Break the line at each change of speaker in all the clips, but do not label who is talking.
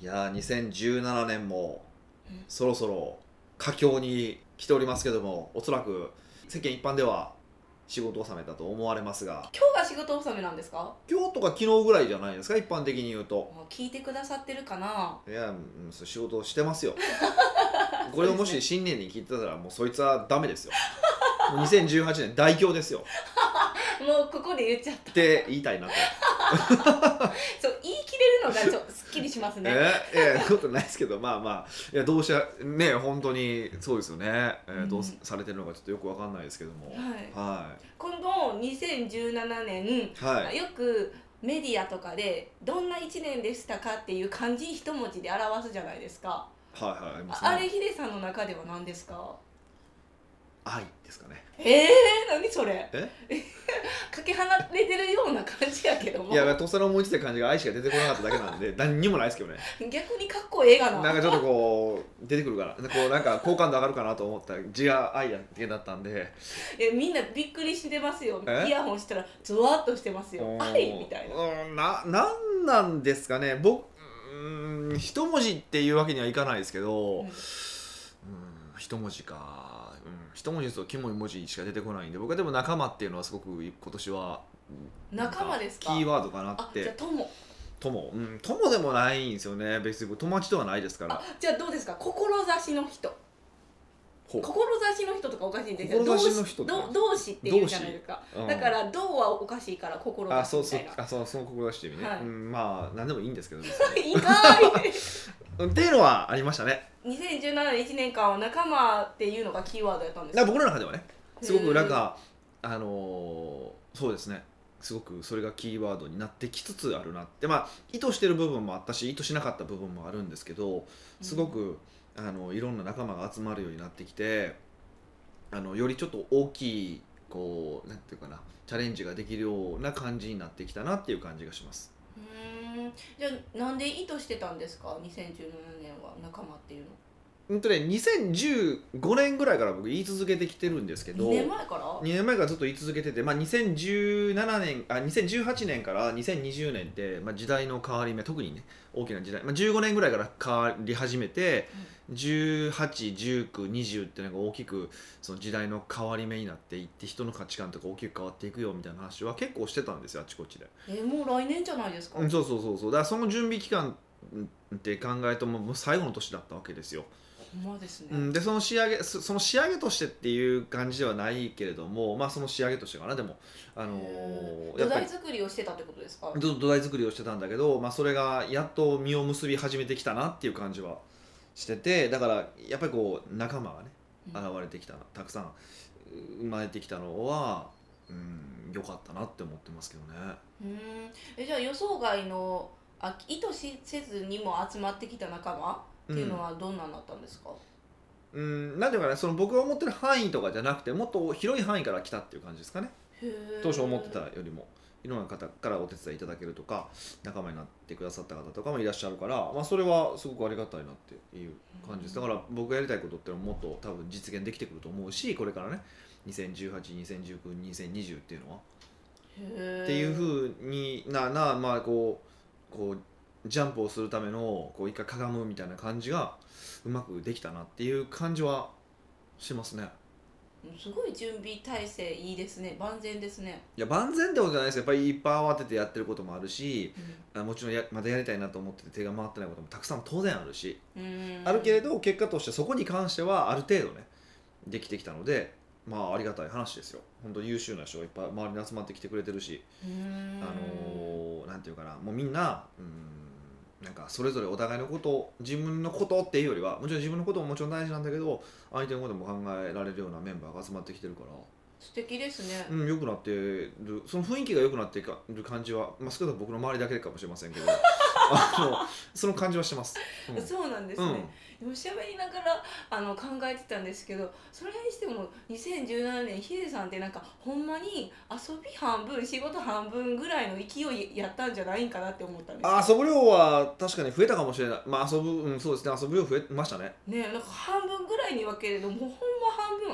いやー2017年もそろそろ佳境に来ておりますけどもおそらく世間一般では仕事納めだと思われますが
今日が仕事納めなんですか
今日とか昨日ぐらいじゃないですか一般的に言うと
あ聞いてくださってるかない
や、うん、そう仕事してますよ これをもし新年に聞いてたらもうそいつはダメですよもう2018年大凶ですよ
もうここで言っちゃった
って言いたいなと、
そう言い切れ るのがちょっとすっきりしますね
ええいやそんなことないですけどまあまあいやどうしゃね本当にそうですよね、えーどう
うん
されてるのかちょっとよくわかんないですけども
はい
は
この2017年、
いはい
よくメディアとかでどんな1年でしたかっていう漢字一文字で表すじゃないですか
はいはいありま
あ
す
あれ
ね
ヒデさんの中では何ですか
愛ですかね
えー、何それ
え
かけ離れてるような感じやけども
いやとっさの思いついた感じが愛しか出てこなかっただけ なんで何にもないですけどね
逆にかっこええがな
なんかちょっとこう出てくるからこうなんか好感度上がるかなと思ったら字が愛だけだったんで
えみんなびっくりしてますよ
え
イヤホンしたらゾワッとしてますよ
う
「
ん
愛」みたいな
うんななんなんですかね僕うーん一文字っていうわけにはいかないですけど、
う
うんん、一文字か、うん、一文字ですとキモい文字しか出てこないんで僕はでも仲間っていうのはすごく今年は
仲間ですか
キーワードかな
あ
っ
じゃあ
て
友
友うん友でもないんですよね別に僕友達とはないですから
あじゃあどうですか志の人
ほう
志の人とかおかしいですよ
志の人って
同志同同志っていうじゃないですか
うん
だから「同」はおかしいから心
あそう
み
そ
た
う
いな
あそうその志してみね、
はい
うん、まあ何でもいいんですけど別に
意外
うんっていうのはありましたね
2017年1年間は仲間っていうのがキーワードやったんです
な
か
僕の中ではねすごくなんかあのーそうですねすごくそれがキーワードになってきつつあるなってまあ意図してる部分もあったし意図しなかった部分もあるんですけどすごく、あのいろんな仲間が集まるようになってきてあのよりちょっと大きいこうなんていうかなチャレンジができるような感じになってきたなっていう感じがします。
うーんじゃあなんで意図してたんですか2017年は仲間っていうの
うんとね2015年ぐらいから僕言い続けてきてるんですけど
2年前から
2年前からずっと言い続けてて、まあ、2017年あ2018年から2020年って、まあ、時代の変わり目特にね大きな時代、まあ、15年ぐらいから変わり始めて、181920っていうのが大きくその時代の変わり目になっていって人の価値観とか大きく変わっていくよみたいな話は結構してたんですよあちこちで。
えもう来年じゃないですか、
うんそうそうそうそうだからその準備期間って考えるともうもう最後の年だったわけですよ。
ほんまですね、
うん、でその仕上げそその仕上げとしてっていう感じではないけれどもまあその仕上げとしてかなでもあのー
土
やっぱり
台作りをしてたってことですか
土土台作りをしてたんだけど、まあ、それがやっと実を結び始めてきたなっていう感じはしててだからやっぱりこう仲間がね
うん
現れてきたなたくさん生まれてきたのはうん良かったなって思ってますけどね。
うんえじゃあ予想外のあ意図しせずにも集まってきた仲間っていうのはどんなんだったんですか、
うん、なんていうかねその僕が思ってる範囲とかじゃなくてもっと広い範囲から来たっていう感じですかね。
へー
当初思ってたよりもいろんな方からお手伝いいただけるとか仲間になってくださった方とかもいらっしゃるから、まあ、それはすごくありがたいなっていう感じですだから僕がやりたいことってのはもっと多分実現できてくると思うしこれからね201820192020っていうのは、
へー
っていうふうにななまあこうこうジャンプをするためのこう一回かがむみたいな感じがうまくできたなっていう感じはしますね。
すごい準備体制いいですね万全ですね、
いや万全ってことじゃないですよやっぱりいっぱい慌ててやってることもあるしあもちろんやまだやりたいなと思ってて手が回ってないこともたくさん当然あるし、
うん
あるけれど結果としてそこに関してはある程度ねできてきたのでまあありがたい話ですよ本当に優秀な人がいっぱい周りに集まってきてくれてるし、
うん
あのーなんていうかなもうみんなうんなんかそれぞれお互いのこと自分のことっていうよりはもちろん自分のことももちろん大事なんだけど相手のことも考えられるようなメンバーが集まってきてるから。
素敵ですね、
うん、良くなってるその雰囲気が良くなってる感じは、まあ、少なくとも僕の周りだけかもしれませんけ どあのその感じはしてます。うん
そうなんです
う
ね、
ん
でもしゃべりながらあの考えてたんですけどそれにしても2017年ヒデさんってなんかほんまに遊び半分仕事半分ぐらいの勢いやったんじゃないんかなって思ったんですよ
遊ぶ量は確かに増えたかもしれない、まあ遊ぶうん、そうですね遊ぶ量増えましたね
ねなんか半分ぐらいに分けれどもうほんま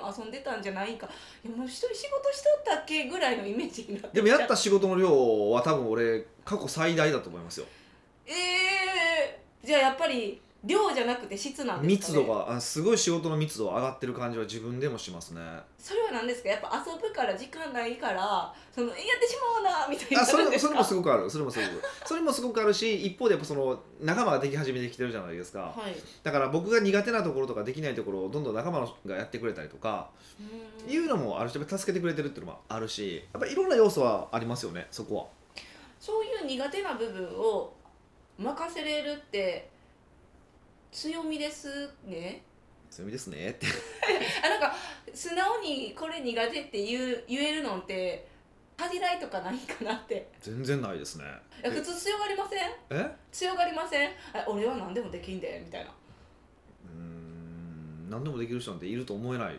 半分遊んでたんじゃないんかいやもう一人仕事しとったっけぐらいのイメージになってきちゃ
でもやった仕事の量は多分俺過去最大だと思いますよ
ええじゃあやっぱり量じゃなくて質なんです
密
か、ね、
度があすごい仕事の密度は上がってる感じは自分でもしますね
それは何ですかやっぱ遊ぶから時間ないからそのやってしまうなみたいにな
あそ
るん
れ
です
そ
か
れもすごくあるそれもすごくそれもすごくあるし一方でやっぱその仲間ができ始めてきてるじゃないですか、
はい、
だから僕が苦手なところとかできないところをどんどん仲間がやってくれたりとか
うん
いうのもあるしやっぱ助けてくれてるっていうのもあるしやっぱいろんな要素はありますよねそこは。
そういう苦手な部分を任せれるって強みですね
強みですねって
あなんか素直にこれ苦手って言う言えるのって恥じらいとかないかなって
全然ないですね。
いや普通強がりません
えう
強がりませんあ俺は何でもできんでみたいな
ーん何でもできる人なんていると思えない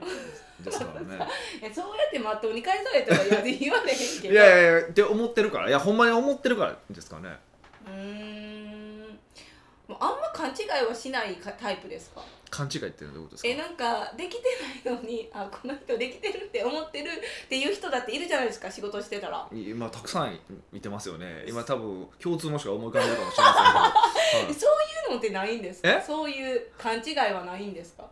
ですから ね。
えそうやってまっとうに返されたら言わ言われへんけ
い
ど
やいやいやって思ってるからいやほんまに思ってるからですかね。
うーんもうあんま勘違いはしないかタイプですか
勘違いっていうのはどういうことで
え
すか
なんかできてないのにあこの人できてるって思ってるっていう人だっているじゃないですか仕事してたら、
いまあたくさん見てますよね。今多分共通もしか思い浮かんでるかもしれませ んけど。は
え
い
そういうのってないんですか
え
そういう勘違いはないんですか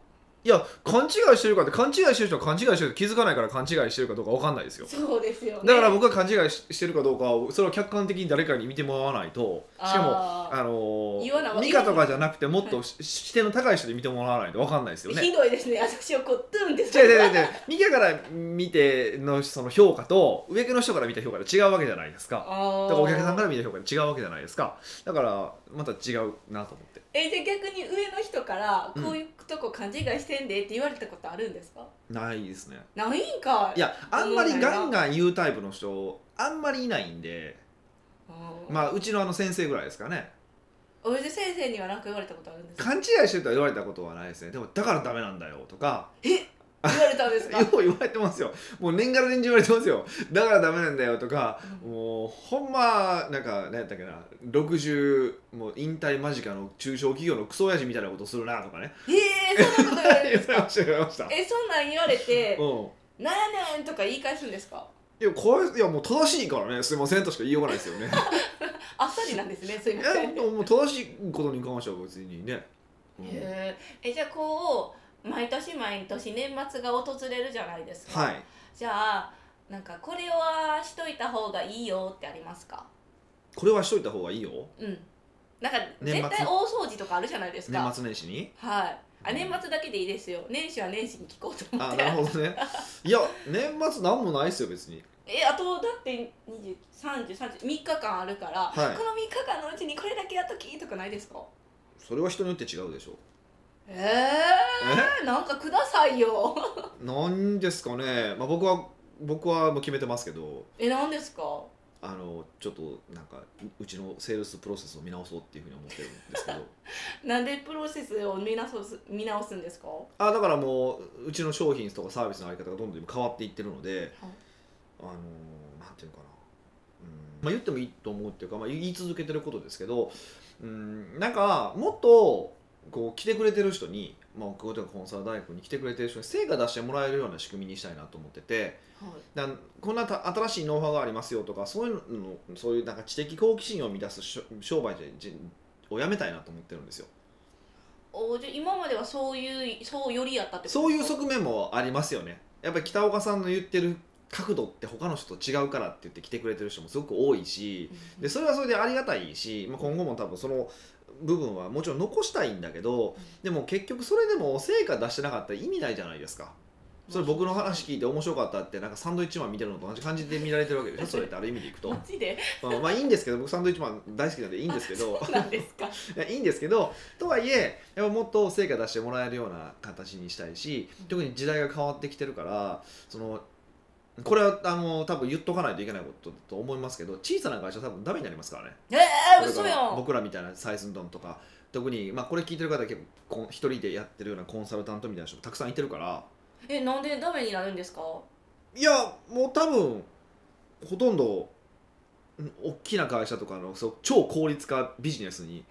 いや勘違いしてるかって勘違いしてる人は勘違いしてると気づかないから勘違いしてるかどうかわかんないですよ
そうですよね
だから僕が勘違いししてるかどうかをそれを客観的に誰かに見てもらわないとしかも
あー
あの
言わない
ー、ミカとかじゃなくてもっとし視点の高い人で見てもらわないとわかんないですよ ね
ひどいですね私をこうドゥンって
違う違う違うミカから見てのその評価と上の人から見た評価で違うわけじゃないですかだ
あ
からお客さんからら見た評価で違うわけじゃないですかだからまた違うなと思って
えじゃあ逆に上の人から
うん
こういうとこ勘違いしてんでって言われたことあるんですか、
ないですね
ないんか
いやあんまりガンガン言うタイプの人あんまりいないんで
あー
まあうちのあの先生ぐらいですかね
おじ先生には何か言われたことあるんですか
勘違いしてるとは言われたことはないですねでもだからダメなんだよとか
言われたんです
よ
か
う言われてますよもう年がら年中言われてますよだからダメなんだよとか
う
もうほんまなんか何やったっけな60もう引退間近の中小企業のクソ親父みたいなことするなとかね
ええそんなこと言われ
言っ
るんです
てま
か
した言ってました
えそんなん言われて
うん
「なんやねん」とか言い返すんですか
いやこれいやもう正しいからねすいませんとしか言いようがないですよ ね
あっさりなんですねすい
い
ま
や
せん
もうもう正しいことに関しては別にね、うん
へーえじゃあこう毎年毎年年末が訪れるじゃないですか、
はい
じゃあなんかこれはしといた方がいいよってありますか
これはしといた方がいいよ
うんなんか
年末
絶対大掃除とかあるじゃないですか
年末年始に
はいあ年末だけでいいですよ年始は年始に聞こうと思っ
あ
て
なるほどねいや年末なんもないですよ別に
えあとだって203030日間あるから、
はい
この3日間のうちにこれだけやっときとかないですか
それは人によって違うでしょ
えー、なんかくださいよ
なんですかね、まあ、僕は僕はもう決めてますけど
えなんですか
あのちょっとなんかううちのセールスプロセスを見直そうっていうふうに思ってるんですけど
なんでプロセスを見直す見直すんですか
あだからもううちの商品とかサービスのあり方がどんどん今変わっていってるので、
はい
あのなんていうのかなうんまあ、言ってもいいと思うっていうか、まあ、言い続けてることですけどうんなんかもっとこう来てくれてる人に、まあ、僕とかコンサル大学に来てくれてる人に成果出してもらえるような仕組みにしたいなと思ってて。
はい
だこんなた新しいノウハウがありますよとかそういうのそういうなんか知的好奇心を満たすしょ商売じじをやめたいなと思ってるんですよ
おじゃあ今まではそういうそうよりやったってこと
そういう
ですか
側面もありますよねやっぱり北岡さんの言ってる角度って他の人と違うからって言って来てくれてる人もすごく多いし
うん
でそれはそれでありがたいし、まあ、今後も多分その部分はもちろん残したいんだけどでも結局それでも成果出してなかったら意味ないじゃないですかそれ僕の話聞いて面白かったってなんかサンドイッチマン見てるのと同じ感じで見られてるわけでしょそれってある意味でいくと
マジで
まあ、まあいいんですけど僕サンドイッチマン大好きなんでいいんですけど
そうなんですか
いやいいんですけどとはいえやっぱもっと成果出してもらえるような形にしたいし特に時代が変わってきてるからそのこれはあの多分言っとかないといけないことだと思いますけど小さな会社は多分ダメになりますからね
えー、
こ
嘘
れから
よ
僕らみたいなサイズンドンとか特に、まあ、これ聞いてる方は結構こん一人でやってるようなコンサルタントみたいな人もたくさんいてるから
えなんでダメになるんですか
いやもう多分ほとんどん大きな会社とかのそう超効率化ビジネスに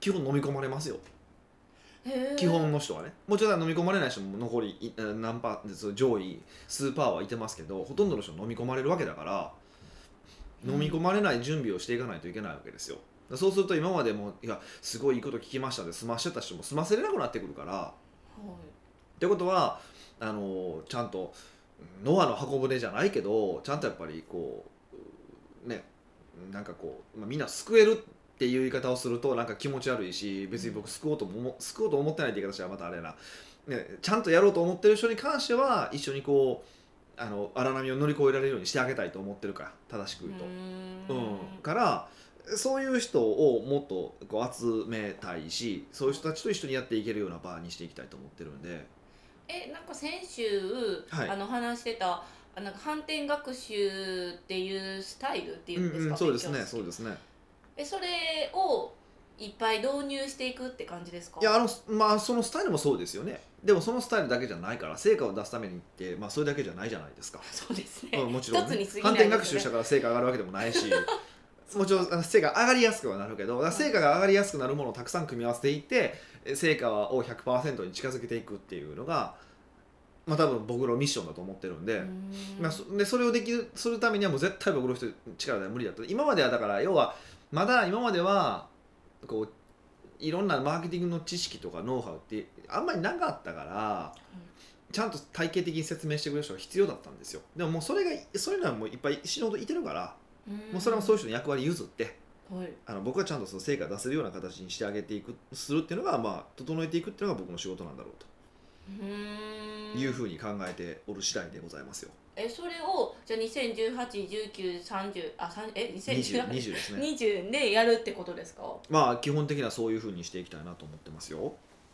基本飲み込まれますよ、
へー
基本の人はねもちろん飲み込まれない人も残りい何パーそう上位数パーはいてますけどほとんどの人は飲み込まれるわけだから、
うん
飲み込まれない準備をしていかないといけないわけですよらそうすると今までもいやすごいいいこと聞きましたで済ましてた人も済ませれなくなってくるからってことはあのちゃんとノアの箱舟じゃないけどちゃんとやっぱりこうねなんかこう、まあ、みんな救えるっていう言い方をするとなんか気持ち悪いし別に僕救おうとも思救おうと思ってないって言い方したらまたあれやな、ね、ちゃんとやろうと思ってる人に関しては一緒にこうあの荒波を乗り越えられるようにしてあげたいと思ってるから正しく言うと。
う
うん
ん、
からそういう人をもっとこう集めたいしそういう人たちと一緒にやっていけるような場にしていきたいと思ってるんで。
えなんか先週、
はい
あの話してたあなんか反転学習っていうスタイルっていうんですか、
うんうん、そうですね
勉強
そうですね
えそれをいっぱい導入していくって感じですか
いやあのまあそのスタイルもそうですよねでもそのスタイルだけじゃないから成果を出すためにって、まあ、それだけじゃないじゃないです か、
そうですね、
うん、もちろん、
一つ
ね
に過ぎない
反
です
転
ね
学習したから成果上がるわけでもないし もちろんあの成果上がりやすくはなるけどだから成果が上がりやすくなるものをたくさん組み合わせていってえ成果を100%に近づけていくっていうのが、まあ、多分僕のミッションだと思ってるんで、
うん
まあ、そでそれをできるするためにはもう絶対僕の人力では無理だった今まではだから要はまだ今まではこういろんなマーケティングの知識とかノウハウってあんまりなかったから、ちゃんと体系的に説明してくれる人が必要だったんですよでももうそれがそういうのはもういっぱい死ぬほどいてるから、もうそれはもそういう人の役割譲って
うん、はい
あの僕はちゃんとその成果出せるような形にしてあげていくするっていうのがまあ整えていくっていうのが僕の仕事なんだろう
うー
と
ん
いうふうに考えておる次第でございますよ
えそれをじゃあ20181930あ三 え
20
2018
20ですね
20でやるってことですか
まあ基本的にはそういう風にしていきたいなと思ってますよ。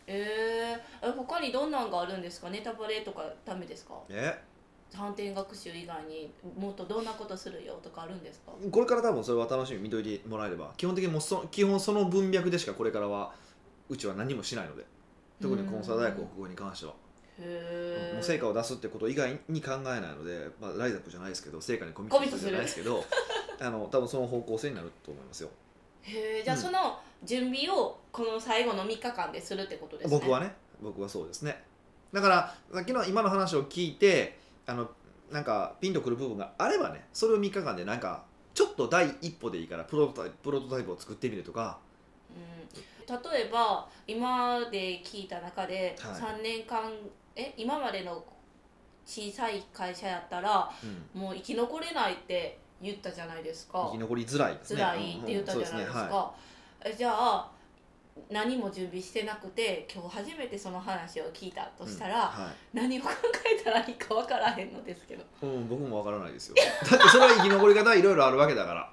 えー、え他にどんなんがあるんですかネタバレとかダメですか
ね、
反転学習以外にもっとどんなことするよとかあるんですか
これから多分それは楽しみに見といてもらえれば基本的にもうそ基本その文脈でしかこれからはうちは何もしないので特にコンサル大学国語に関しては、
へえ
もう成果を出すってこと以外に考えないので、まあ、ライザップじゃないですけど成果にコミ
コミ
ッ
ッ
ト
ト
す
す
るじゃ
る
ないですけどあの多分その方向性になると思いますよ
へえじゃあ
うん
その準備をこの最後の3日間でするってことですね
僕はね僕はそうですねだからさっきの今の話を聞いてあのなんかピンとくる部分があればねそれを3日間でなんかちょっと第一歩でいいからプロトタイププロトタイプを作ってみるとか
うん、例えば今で聞いた中で
はい
3年間、え今までの小さい会社やったら
うん
もう生き残れないって言ったじゃないですか
生き残りづらいですね
辛いって言ったじゃないです
うんうんそう
か、えじゃあ何も準備してなくて今日初めてその話を聞いたと
で
し
す
た
ね
ら、
はい
何を考えたらいいか分からへんのですけど
うんはいうん僕もわからないですよだってそれは生き残り方いろいろあるわけだから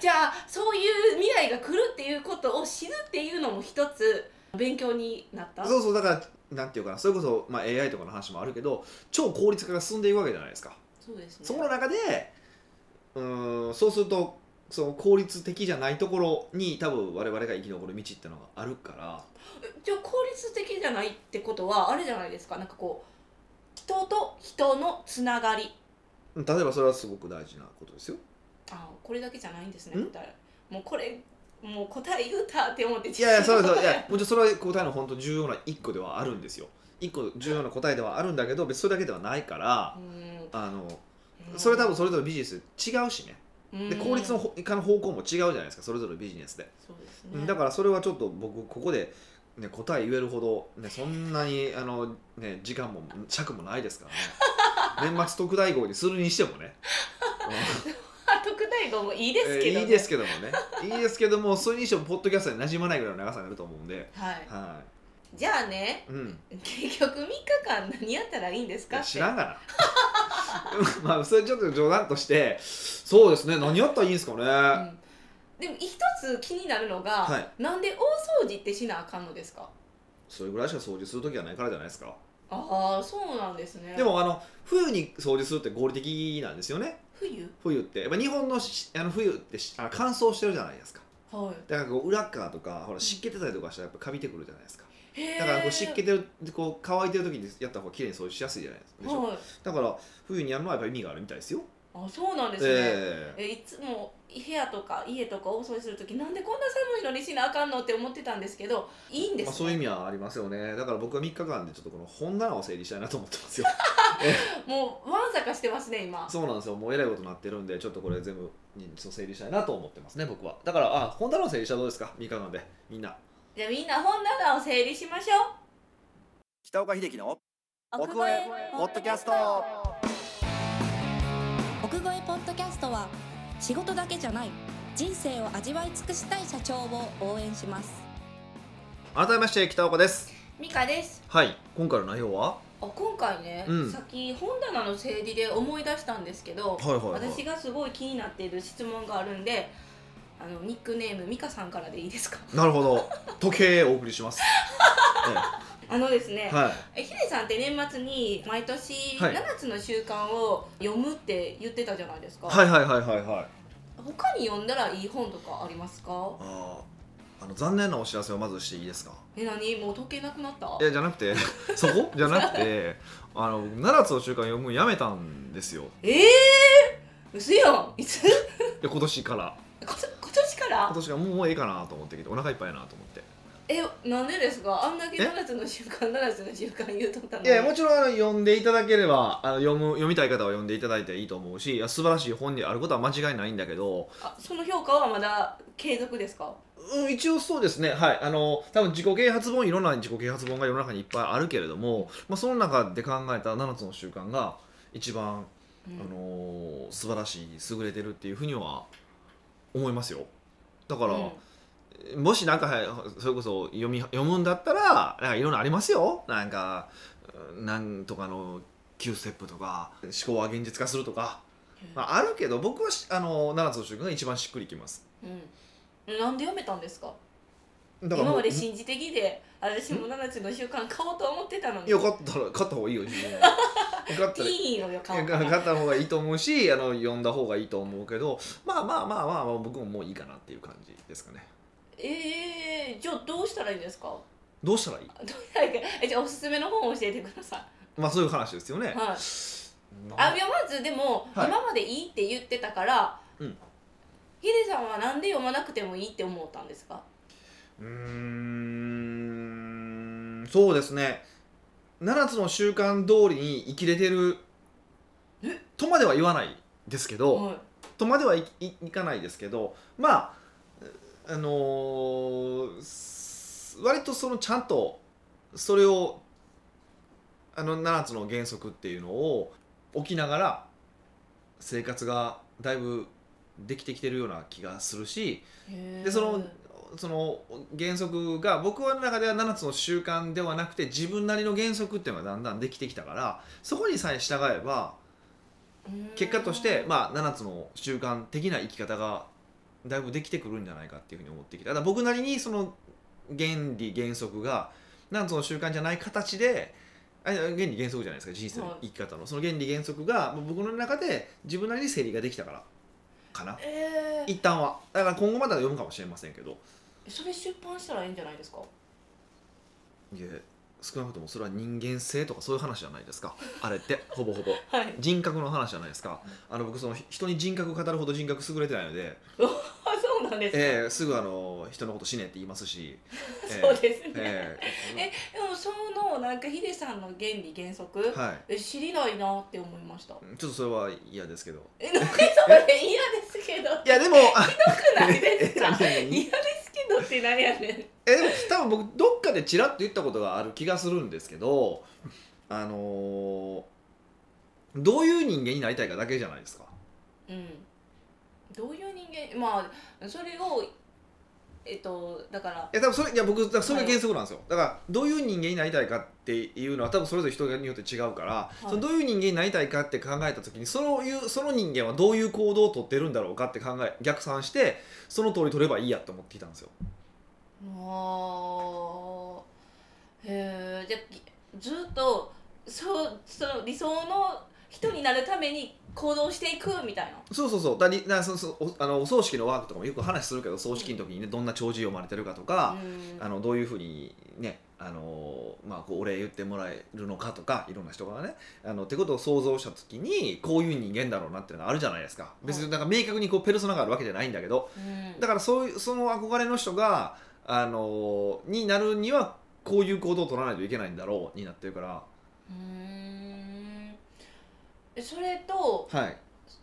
じゃあそういう未来が来るっていうことを知るっていうのも一つ勉強になった
そうそうだからなんていうかなそれこそ、まあ、AI とかの話もあるけど超効率化が進んでいくわけじゃないですか
そうですね
そこの中でうーんそうするとその効率的じゃないところに多分我々が生き残る道ってのがあるから
じゃあ効率的じゃないってことはあれじゃないですかなんかこう人と人のつながり
うん例えばそれはすごく大事なこと ですよ。
あこれだけじゃないんですね
ん
答えもうこれもう答え言うたって思って
いやいやそう
自
そ
分
う
の
いやもちろんそれは答えの本当重要な一個ではあるんですよ。一個重要な答えではあるんだけど別にそれだけではないから
う
あの
ーん
それ多分それぞれビジネス違うしね
うん
で効率のほ化の方向も違うじゃないですかそれぞれビジネスで。
そうです
うん
ね
だからそれはちょっと僕ここで、ね、答え言えるほど、ね、そんなにあの、ね、時間も尺もないですからね 年末特大号にするにしてもねうん
あ 特大号もいいですけど、
えーいいですけどもねいいですけどもそれにしてもポッドキャストに馴染まないぐらいの長さになると思うんで、
はい
は
じゃあね
いうん、
結局3日間何やったらいいんです
い
か
や
って
知らん がなまあそれちょっと冗談としてそうですね何やったらいいんですかね、
うんでも一つ気になるのが、
はい
なんで大掃除ってしなあかんのですか
それぐらいしか掃除する時はないからじゃないですか
ああそうなんですね
でもあの冬に掃除するって合理的なんですよね
冬
冬ってやっぱ日本のしあの冬ってしあの乾燥してるじゃないですか
は
だからこう裏っ側とかほら湿気てたりとかしたらやっぱカビてくるじゃないですか
いへえ
だからこう湿気てるこう乾いてる時にやった方が綺麗に掃除しやすいじゃないですかでしょ
はい
だから冬にやるのはやっぱり意味があるみたいですよ
あそうなんですね、
ええ
えいつも部屋とか家とか大掃除する時なんでこんな寒いのにしなあかんのって思ってたんですけどいいんです、ね
まあ、そういう意味はありますよねだから僕は3日間でちょっとこの本棚を整理したいなと思ってますよ
もうわんさかしてますね今
そうなんですよもうえらいことになってるんでちょっとこれ全部にそう整理したいなと思ってますね僕はだからあ本棚の整理したらどうですか三河でみんな
じゃあみんな本棚を整理しましょう
北岡秀樹の奥越えポッドキャスト
奥越えポッドキャストは仕事だけじゃない人生を味わい尽くしたい社長を応援します
改めまして北岡です
ミカです
はい今回の内容は
あ今回ね、
うん
さっき本棚の整理で思い出したんですけど、
はいはいはい
私がすごい気になっている質問があるんであのニックネームミカさんからでい いですか
なるほど時計お送りし ます、え
あのですね
え、はい
えヒデさんって年末に毎年
はい
7つの習慣を読むって言ってたじゃないですか、
はいはいはいはいはい
他に読んだらいい本とかありますか
あーあの残念なお知らせをまずしていいですか
え何もう時計なくなった
いやじゃな くてそこじゃなくてあの僕7つの習慣読むのやめたんですよ
ええー、うやんいつ
で今年から
こそ今年か
今
ら
年がもうもうええかなと思ってきてお腹いっぱいやなと思って
えなんでですかあんだけ
え
7つの習慣7つの習慣言うとったの
いやもちろんあの読んでいただければあの読む読みたい方は読んでいただいていいと思うしいや素晴らしい本にあることは間違いないんだけど、
あその評価はまだ継続ですか
うん、一応そうですねはいあの多分自己啓発本いろんな自己啓発本が世の中にいっぱいあるけれども、まあ、その中で考えた7つの習慣が一番、
うん
あのー素晴らしい優れてるっていうふうには思いますよだから、
うん
もしなんかはいそれこそ読み読むんだったらなんかいろいろありますよなんかうんなんとかの9ステップとか思考は現実化するとか、まあ、あるけど僕はしあの7つの習慣が一番しっくりきます
うんなんでやめたんですか
だから
今
も
ま
う
で心理的で私も7つの習慣買おうと思ってたのに
よかったら買った方がいいよ自分は買ったらい
ピーンをよ買お
や
うかな
買った方がいいと思うしあの読んだ方がいいと思うけどまあまあまあまあ、まあ、僕ももういいかなっていう感じですかね
えー、じゃあどうしたらいいんですか
どうしたらいい
どうしたらいいかえじゃあおすすめの本を教えてくださ
まあそういう話ですよね
い、はい
なん
あいやまずでも、
はい
今までいいって言ってたから、
うん
ヒデさんはなんで読まなくてもいいって思ったんですか
うーんそうですね7つの習慣通りに生きれてるとまでは言わないですけど、
はい
とまではい、いいかないですけどまあうあのーす割とそのちゃんとそれをあの7つの原則っていうのを置きながら生活がだいぶできてきてるような気がするし、
へー
でそのその原則が僕の中では7つの習慣ではなくて自分なりの原則っていうのがだんだんできてきたからそこにさえ従えば
うん
結果としてまあ7つの習慣的な生き方がだいぶできてくるんじゃないかっていうふうに思ってきただから僕なりにその原理原則が7つの習慣じゃない形であ原理原則じゃないですか人生の生き方のその原理原則が僕の中で自分なりに整理ができたからかな
えー
一旦はだから今後まだ読むかもしれませんけど
それ出版したらいいんじゃないですか
いや少なくともそれは人間性とかそういう話じゃないですかあれってほぼほぼ
はい
人格の話じゃないですかあの僕その人に人格語るほど人格優れてないので、
あそうなんですか、
えーすぐあの人のこと死ねって言いますし、えー
そうですね、
えー
えでもそのなんかヒデさんの原理原則、
はい
え知りないなって思い ました
ちょっとそれは嫌ですけど
えなんでそれ嫌ですけど
いやでもあ
くないですか
いやいやいや
嫌ですけどって何やねん
えでも多分僕どっかでちらっと言ったことがある気がするんですけどあのーどういう人間になりたいかだけじゃないですか
うん、どういう人間まあそれをえっとだから
いや多分それいや僕だからそれが原則なんですよ、だからどういう人間になりたいかっていうのは多分それぞれ人によって違うから、
い
そのどういう人間になりたいかって考えた時にそのいうその人間はどういう行動をとってるんだろうかって考え逆算してその通り取ればいいやと思ってきたんですよ
あーへえじゃあぎずっとそうその理想の人になるために行動していくみたいな。
そうそうそうだりなそうそうおあのお葬式のワークとかもよく話するけど葬式の時にねどんな弔辞読まれてるかとか、
うん
あのどういうふうにねあのまあ、こうお礼言ってもらえるのかとかいろんな人がねあのってことを想像した時にこういう人間だろうなっていうのがあるじゃないですか別になんか明確にこうペルソナがあるわけじゃないんだけど
うん
だからそういうその憧れの人があのになるにはこういう行動を取らないといけないんだろうになってるから
うーんえそれと
はい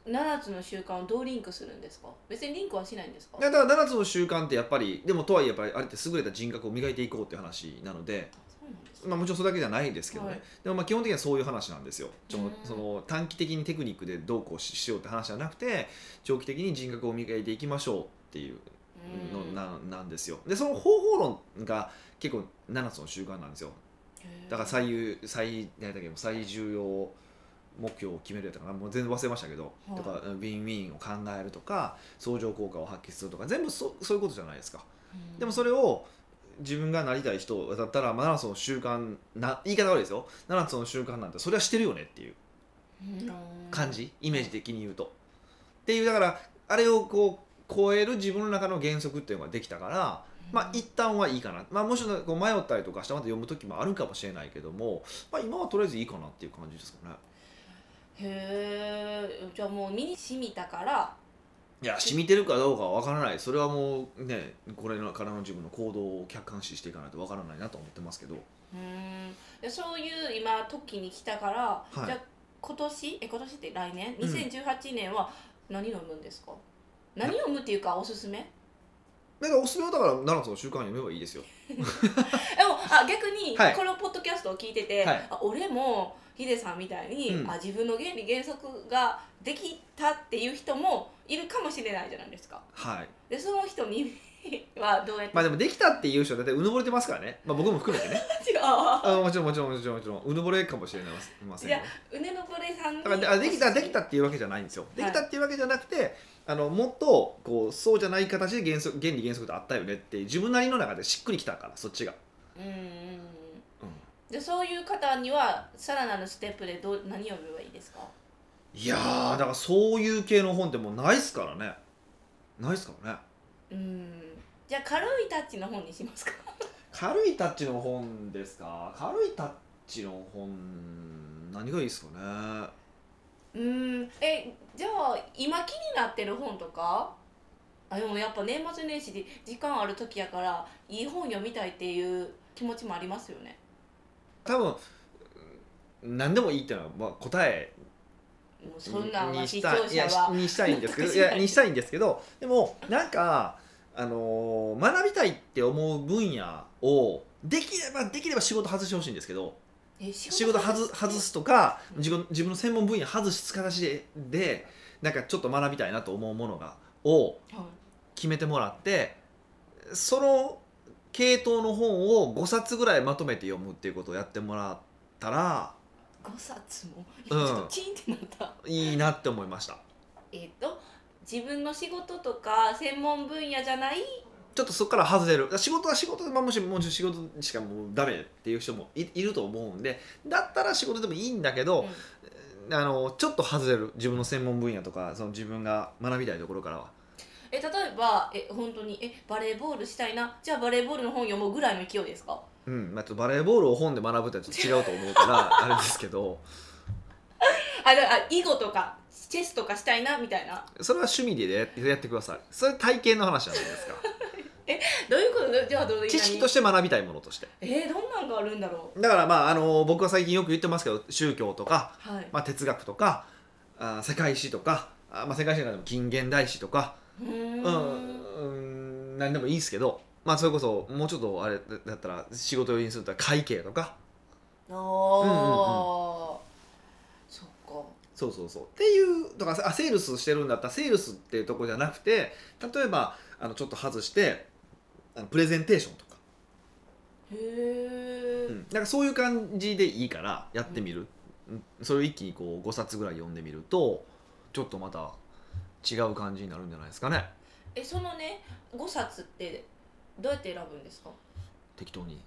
7つの習慣をどうリンクするんですか別にリンクはしないんですか
いやだから7つの習慣ってやっぱりでもとはいえやっぱりあれって優れた人格を磨いていこうっていう話なので、
そうなんですね
まあ、もちろんそれだけじゃないですけどね、
はい
でもまあ基本的にはそういう話なんですよちょ
うん
その短期的にテクニックでどうこうししようって話じゃなくて長期的に人格を磨いていきましょうっていうの
うん
ななんですよでその方法論が結構7つの習慣なんですよ
へー
だから最優最何やったっけ最重要目標を決めるやったかなもう全然忘れましたけど、
はい
とかウィンウィンを考えるとか相乗効果を発揮するとか全部そそういうことじゃないですか、
うん
でもそれを自分がなりたい人だったら7つの習慣な言い方悪いですよ7つの習慣なんてそれはしてるよねっていう
うん
感じ、イメージ的に言うと。っていうだからあれをこう超える自分の中の原則っていうのができたから、まあ
うん
一旦はいいかな、まあ、もしろんこう迷ったりとかしたまた読む時もあるかもしれないけども、まあ、今はとりあえずいいかなっていう感じですかね
へえじゃあもう身に染みたから
いや染みてるかどうかは分からないそれはもうねこれからの自分の行動を客観視していかないと分からないなと思ってますけど
うんでそういう今時に来たから、
はい
じゃあ今年え今年って来年
うん
2018年は何飲むんですか、何飲むっていうかおすすめ
だからおすすめはだから7つの習慣を読めばいいですよ
でもあ逆に
はい
このポッドキャストを聞いてて、
はい
あ俺もヒデさんみたいに、
うん
あ自分の原理原則ができたっていう人もいるかもしれないじゃないですか
はい
でその人にはどうやって、
まあ でもできたっていう人は大体うぬぼれてますからね、まあ、僕も含めてね
違
あもちろんもちろんもちろんもちろんうぬぼれかもしれませんよ
ううねのぼれさんに
だからであできたできたっていうわけじゃないんですよ。できたっていうわけじゃなくて、あのもっとこうそうじゃない形で原則原理原則とあったよねって自分なりの中でしっくりきたからそっちが。
うんうんうん
うん
でそういう方にはさらなるステップでどう何を読めばいいですか
いやーだからそういう系の本ってもうないっすからね。ないっすからね。
うんじゃあ軽いタッチの本にしますか
軽いタッチの本ですか軽いタッチの本何がいいですかね
うんえじゃあ今気になってる本とかあでもやっぱ年末年始で時間ある時やからいい本読みたいっていう気持ちもありますよね
多分うん何でもいいっていうのは、まあ、答え
もうそんなんは
にし
視聴
たいい
者
や
は
にしたいん ですけどい
全く知らな
や
い
にしたいんですけどでもなんかあのー学びたいって思う分野をできればできれば仕事外してほしいんですけど
え仕
仕事外外すとか自分自分の専門分野外す形ででなんかちょっと学びたいなと思うものがを
は
決めてもらってその系統の本を5冊ぐらいまとめて読むっていうことをやってもらったら
い、5冊も、
うん
ちょっとチンってなった
いいなって思いました。
えっと自分の仕事とか専門分野じゃない
ちょっとそこから外れる仕事は仕事で、まあ、もしもし仕事しかもうダメっていう人もいいると思うんでだったら仕事でもいいんだけど、あのちょっと外れる自分の専門分野とかその自分が学びたいところからは
え例えばえ本当にえバレーボールしたいなじゃあバレーボールの本読もうぐらいの勢いですか
うん、まあ、ちょっとバレーボールを本で学ぶとはちょっと違うと思うからあれですけど
あだから囲碁とかチェスとかしたいなみたいな
それは趣味でややってくださいそれ体験の話じゃないですか
どういうことじゃあどういう
知識として学びたいものとして
えー、どんなんがあるんだろ
だからまああの僕は最近よく言ってますけど宗教とか
うはい、
まあ、哲学とかあー世界史とかあー、まあ、世界史の中でも近現代史とか、
うーん
うん、うん何でもいいんですけど、まあ、それこそもうちょっとあれだったら仕事用にすると会計とか
あー、そっか
そうそうそうっていうとかあセールスしてるんだったらセールスっていうとこじゃなくて例えばあのちょっと外してあのプレゼンテーションとか、
へえ、
うん、なんかそういう感じでいいからやってみる、うんそれを一気にこう5冊ぐらい読んでみるとちょっとまた違う感じになるんじゃないですかね
えそのね5冊ってどうやって選ぶんですか
適当に。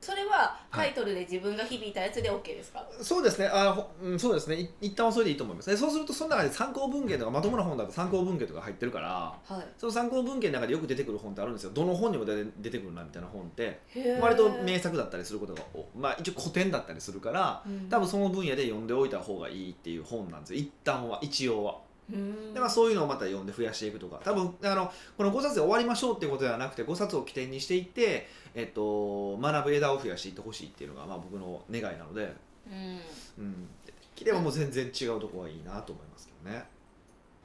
それはタイトルで自分が響いたやつで OK ですか、
そうですね、あほうん、そうですね、い一旦はそれでいいと思います。でそうすると、その中で参考文献とか、まともな本だと参考文献とか入ってるから、
はい
その参考文献の中でよく出てくる本ってあるんですよ、どの本にも出て出てくるなみたいな本って、
へー
割と名作だったりすることが、おまあ、一応古典だったりするから、
うん
多分その分野で読んでおいた方がいいっていう本なんですよ、一旦は、一応は。
うん
でまあ、そういうのをまた読んで増やしていくとか多分あのこの5冊で終わりましょうっていうことではなくて5冊を起点にしていって、えっと、学ぶ枝を増やしていってほしいっていうのが、まあ、僕の願いなので、
うん
うん、切ればもう全然違うとこはいいなと思いますけどね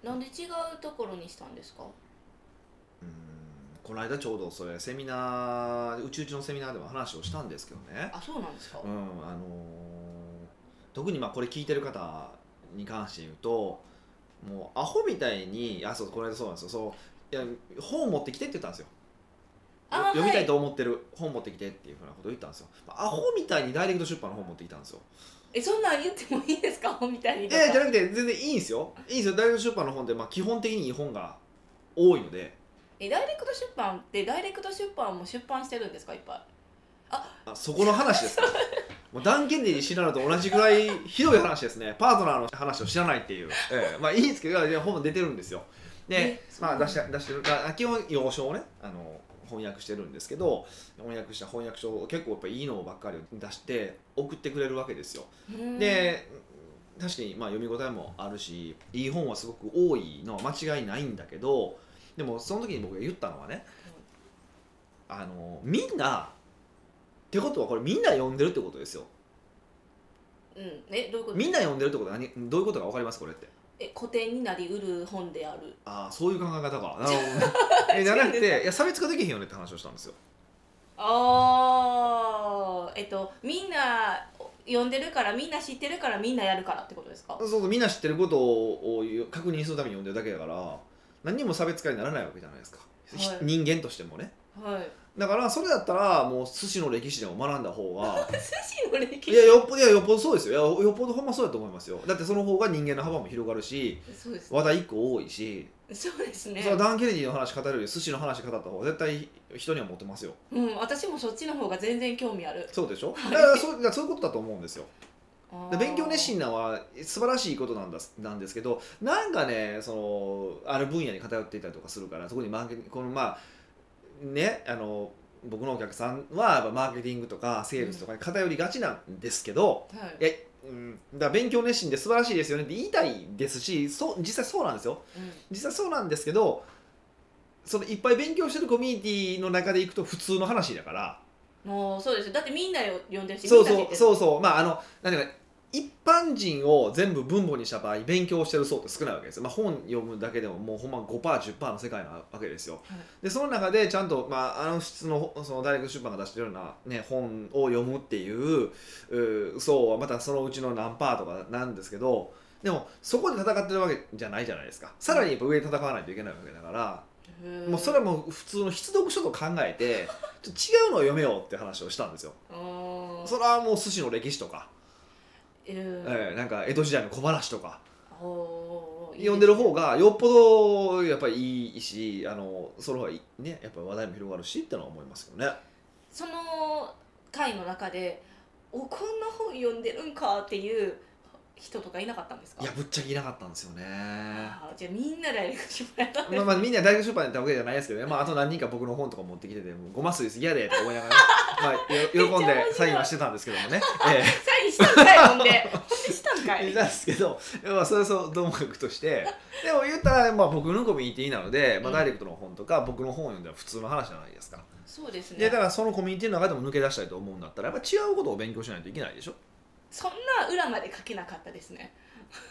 なんで違うところにしたんですか
うんこの間ちょうどそれセミナーうちうちのセミナーでも話をしたんですけどね
あそうなんですか、
うんあのー特にまあこれ聞いてる方に関して言うともうアホみたいにあそうこの間そうなんですよそういや本持ってきてって言ったんですよ
あ
読みた
はい
と思ってる、本持ってきてっていうふうなことを言ったんですよアホみたいにダイレクト出版の本持ってきたんですよ
えそんなん言ってもいいですかみたいに
えーじゃなくて全然いいんですよいいんですよダイレクト出版の本ってまあ基本的にいい本が多いので
えダイレクト出版ってダイレクト出版も出版してるんですかいっぱい
あそこの話ですかもうダン・ケネディ知らないのと同じぐらいひどい話ですねパートナーの話を知らないっていう、ええまあいいんですけどいや本も出てるんですよで
えそう
ま
な
あ
んだ
出して出してるあ基本要書をねあの翻訳してるんですけど翻訳した翻訳書を結構やっぱいいのばっかりを出して送ってくれるわけですよ
うん
で確かにまあ読み応えもあるしいい本はすごく多いのは間違いないんだけどでもその時に僕が言ったのはね、あのみんなってことはこれみんな読んでるってことですよ
うんえどういうこと
みんな読んでるってことは何どういうことか分かりますこれって
え古典になりうる本である
ああそういう考え方か なるほどねえじゃなくていや差別化できへんよねって話をしたんですよ
あーえっとみんな読んでるからみんな知ってるからみんなやるからってことですか
そうそうみんな知ってることを言う確認するために読んでるだけだから何にも差別化にならないわけじゃないですか、ひ
はい
人間としてもね
はい
だからそれだったらもう寿司の歴史でも学んだ方 が
寿司の歴
い
史
やよっぽどいやよっぽどそうですよいやよっぽどほんまそうだと思いますよだってその方が人間の幅も広がるし
そうです
話題一個多いし、
そうですね
それはダン・ケネディの話語るより寿司の話語った方が絶対人には持ってますよ
うん私もそっちの方が全然興味ある
そうでしょだからそうだからそういうことだと思うんですよだか
あー
ら勉強熱心なのは素晴らしいことなんだすなんですけどなんかねそのある分野に偏っていたりとかするからそこにマーケこのまあねあの僕のお客さんはやっぱマーケティングとかセールスとかに偏りがちなんですけど、
はい
いや、うん、だから勉強熱心で素晴らしいですよねって言いたいですしそう実際そうなんですよ
うん
実際そうなんですけどそのいっぱい勉強してるコミュニティの中でいくと普通の話だから
もうそうですよだってみんなよ呼んでるし
そう
みんな
そ
知
う
ってる
そうそうまああの何ていうか一般人を全部分母にした場合勉強してる層って少ないわけですよ、まあ、本読むだけでももうほんま 5%10% の世界なわけですよ、
はい
でその中でちゃんと、まあ、あの質のその大学出版が出してるような、ね、本を読むっていうう層はまたそのうちの何パーとかなんですけどでもそこで戦ってるわけじゃないじゃないですかさらにやっぱ上で戦わないといけないわけだから、
へー
もうそれはもう普通の必読書と考えてちょっと違うのを読めようって話をしたんですよ。
あー
それはもう寿司の歴史とか、
うん
えーなんか江戸時代の小話とか
おーいいすね
読んでる方がよっぽどやっぱりいいしあのその方がいいねやっぱ話題も広がるしってのは思いますけどね。
その回の中で「おこんな本読んでるんか」っていう人とかいなかったんですか
いやぶっちゃけいなかったんですよね
あーじゃあみんなでやり口もやったんで
まあ まあみんな大学出版やったわけじゃないですけどね、まあ、あと何人か僕の本とか持ってきててもうごますです嫌でと思いな がら、まあ、よ喜ん
めっちゃ面白
で
い
サインはしてたんですけど もね、え
すサインしたんかいほんで ほんでしたんか
え、
い
なんですけど、まあ、それはそうどうもかくとしてでも言ったら、まあ、僕のコミュニティなので、まあ、
うん
ダイレクトの本とか僕の本を読んだら普通の話じゃないですか、
そうです
で
ね
だからそのコミュニティの中でも抜け出したいと思うんだったらやっぱ違うことを勉強しないといけないでしょ
そんな裏まで書けなかったですね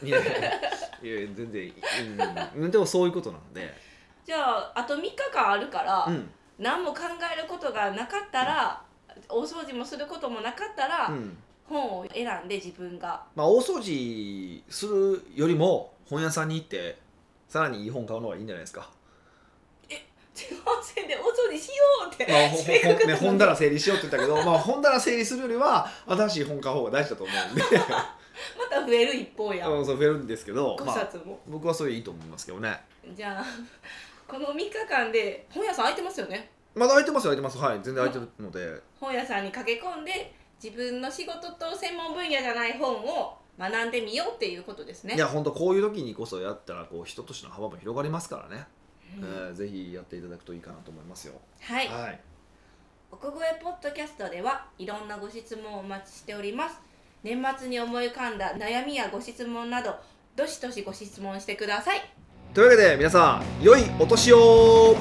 いやいやいや全然、うん、でもそういうことなので、
じゃああと3日間あるから、
うん
何も考えることがなかったら、大掃除もすることもなかったら、
うん、
本を選んで自分が
まあ、大掃除するよりも本屋さんに行ってさらにいい本買うのがいいんじゃないですか、
自本線で大掃除しようって、
まあ、ほほ
せ っかく
ね
なのに
本棚整理しようって言ったけど、まあ、本棚整理するよりは新しい本買う方が大事だと思うん で
また増える一方や、
あのそう増えるんですけど、
5
まあ、
冊も、
僕はそれいいと思いますけどね
じゃあこの3日間で本屋さん空いてますよね
まだ空いてますよ空いてますはい全然空いてるので
本屋さんに駆け込んで自分の仕事と専門分野じゃない本を学んでみようっていうことですね
いや本当こういう時にこそやったらこう人としての幅も広がりますからね、
うん
えーぜひやっていただくといいかなと思いますよ
はい
はい、
奥越えポッドキャストではいろんなご質問をお待ちしております年末に思い浮かんだ悩みやご質問などどしどしご質問してください
というわけで皆さん良いお年を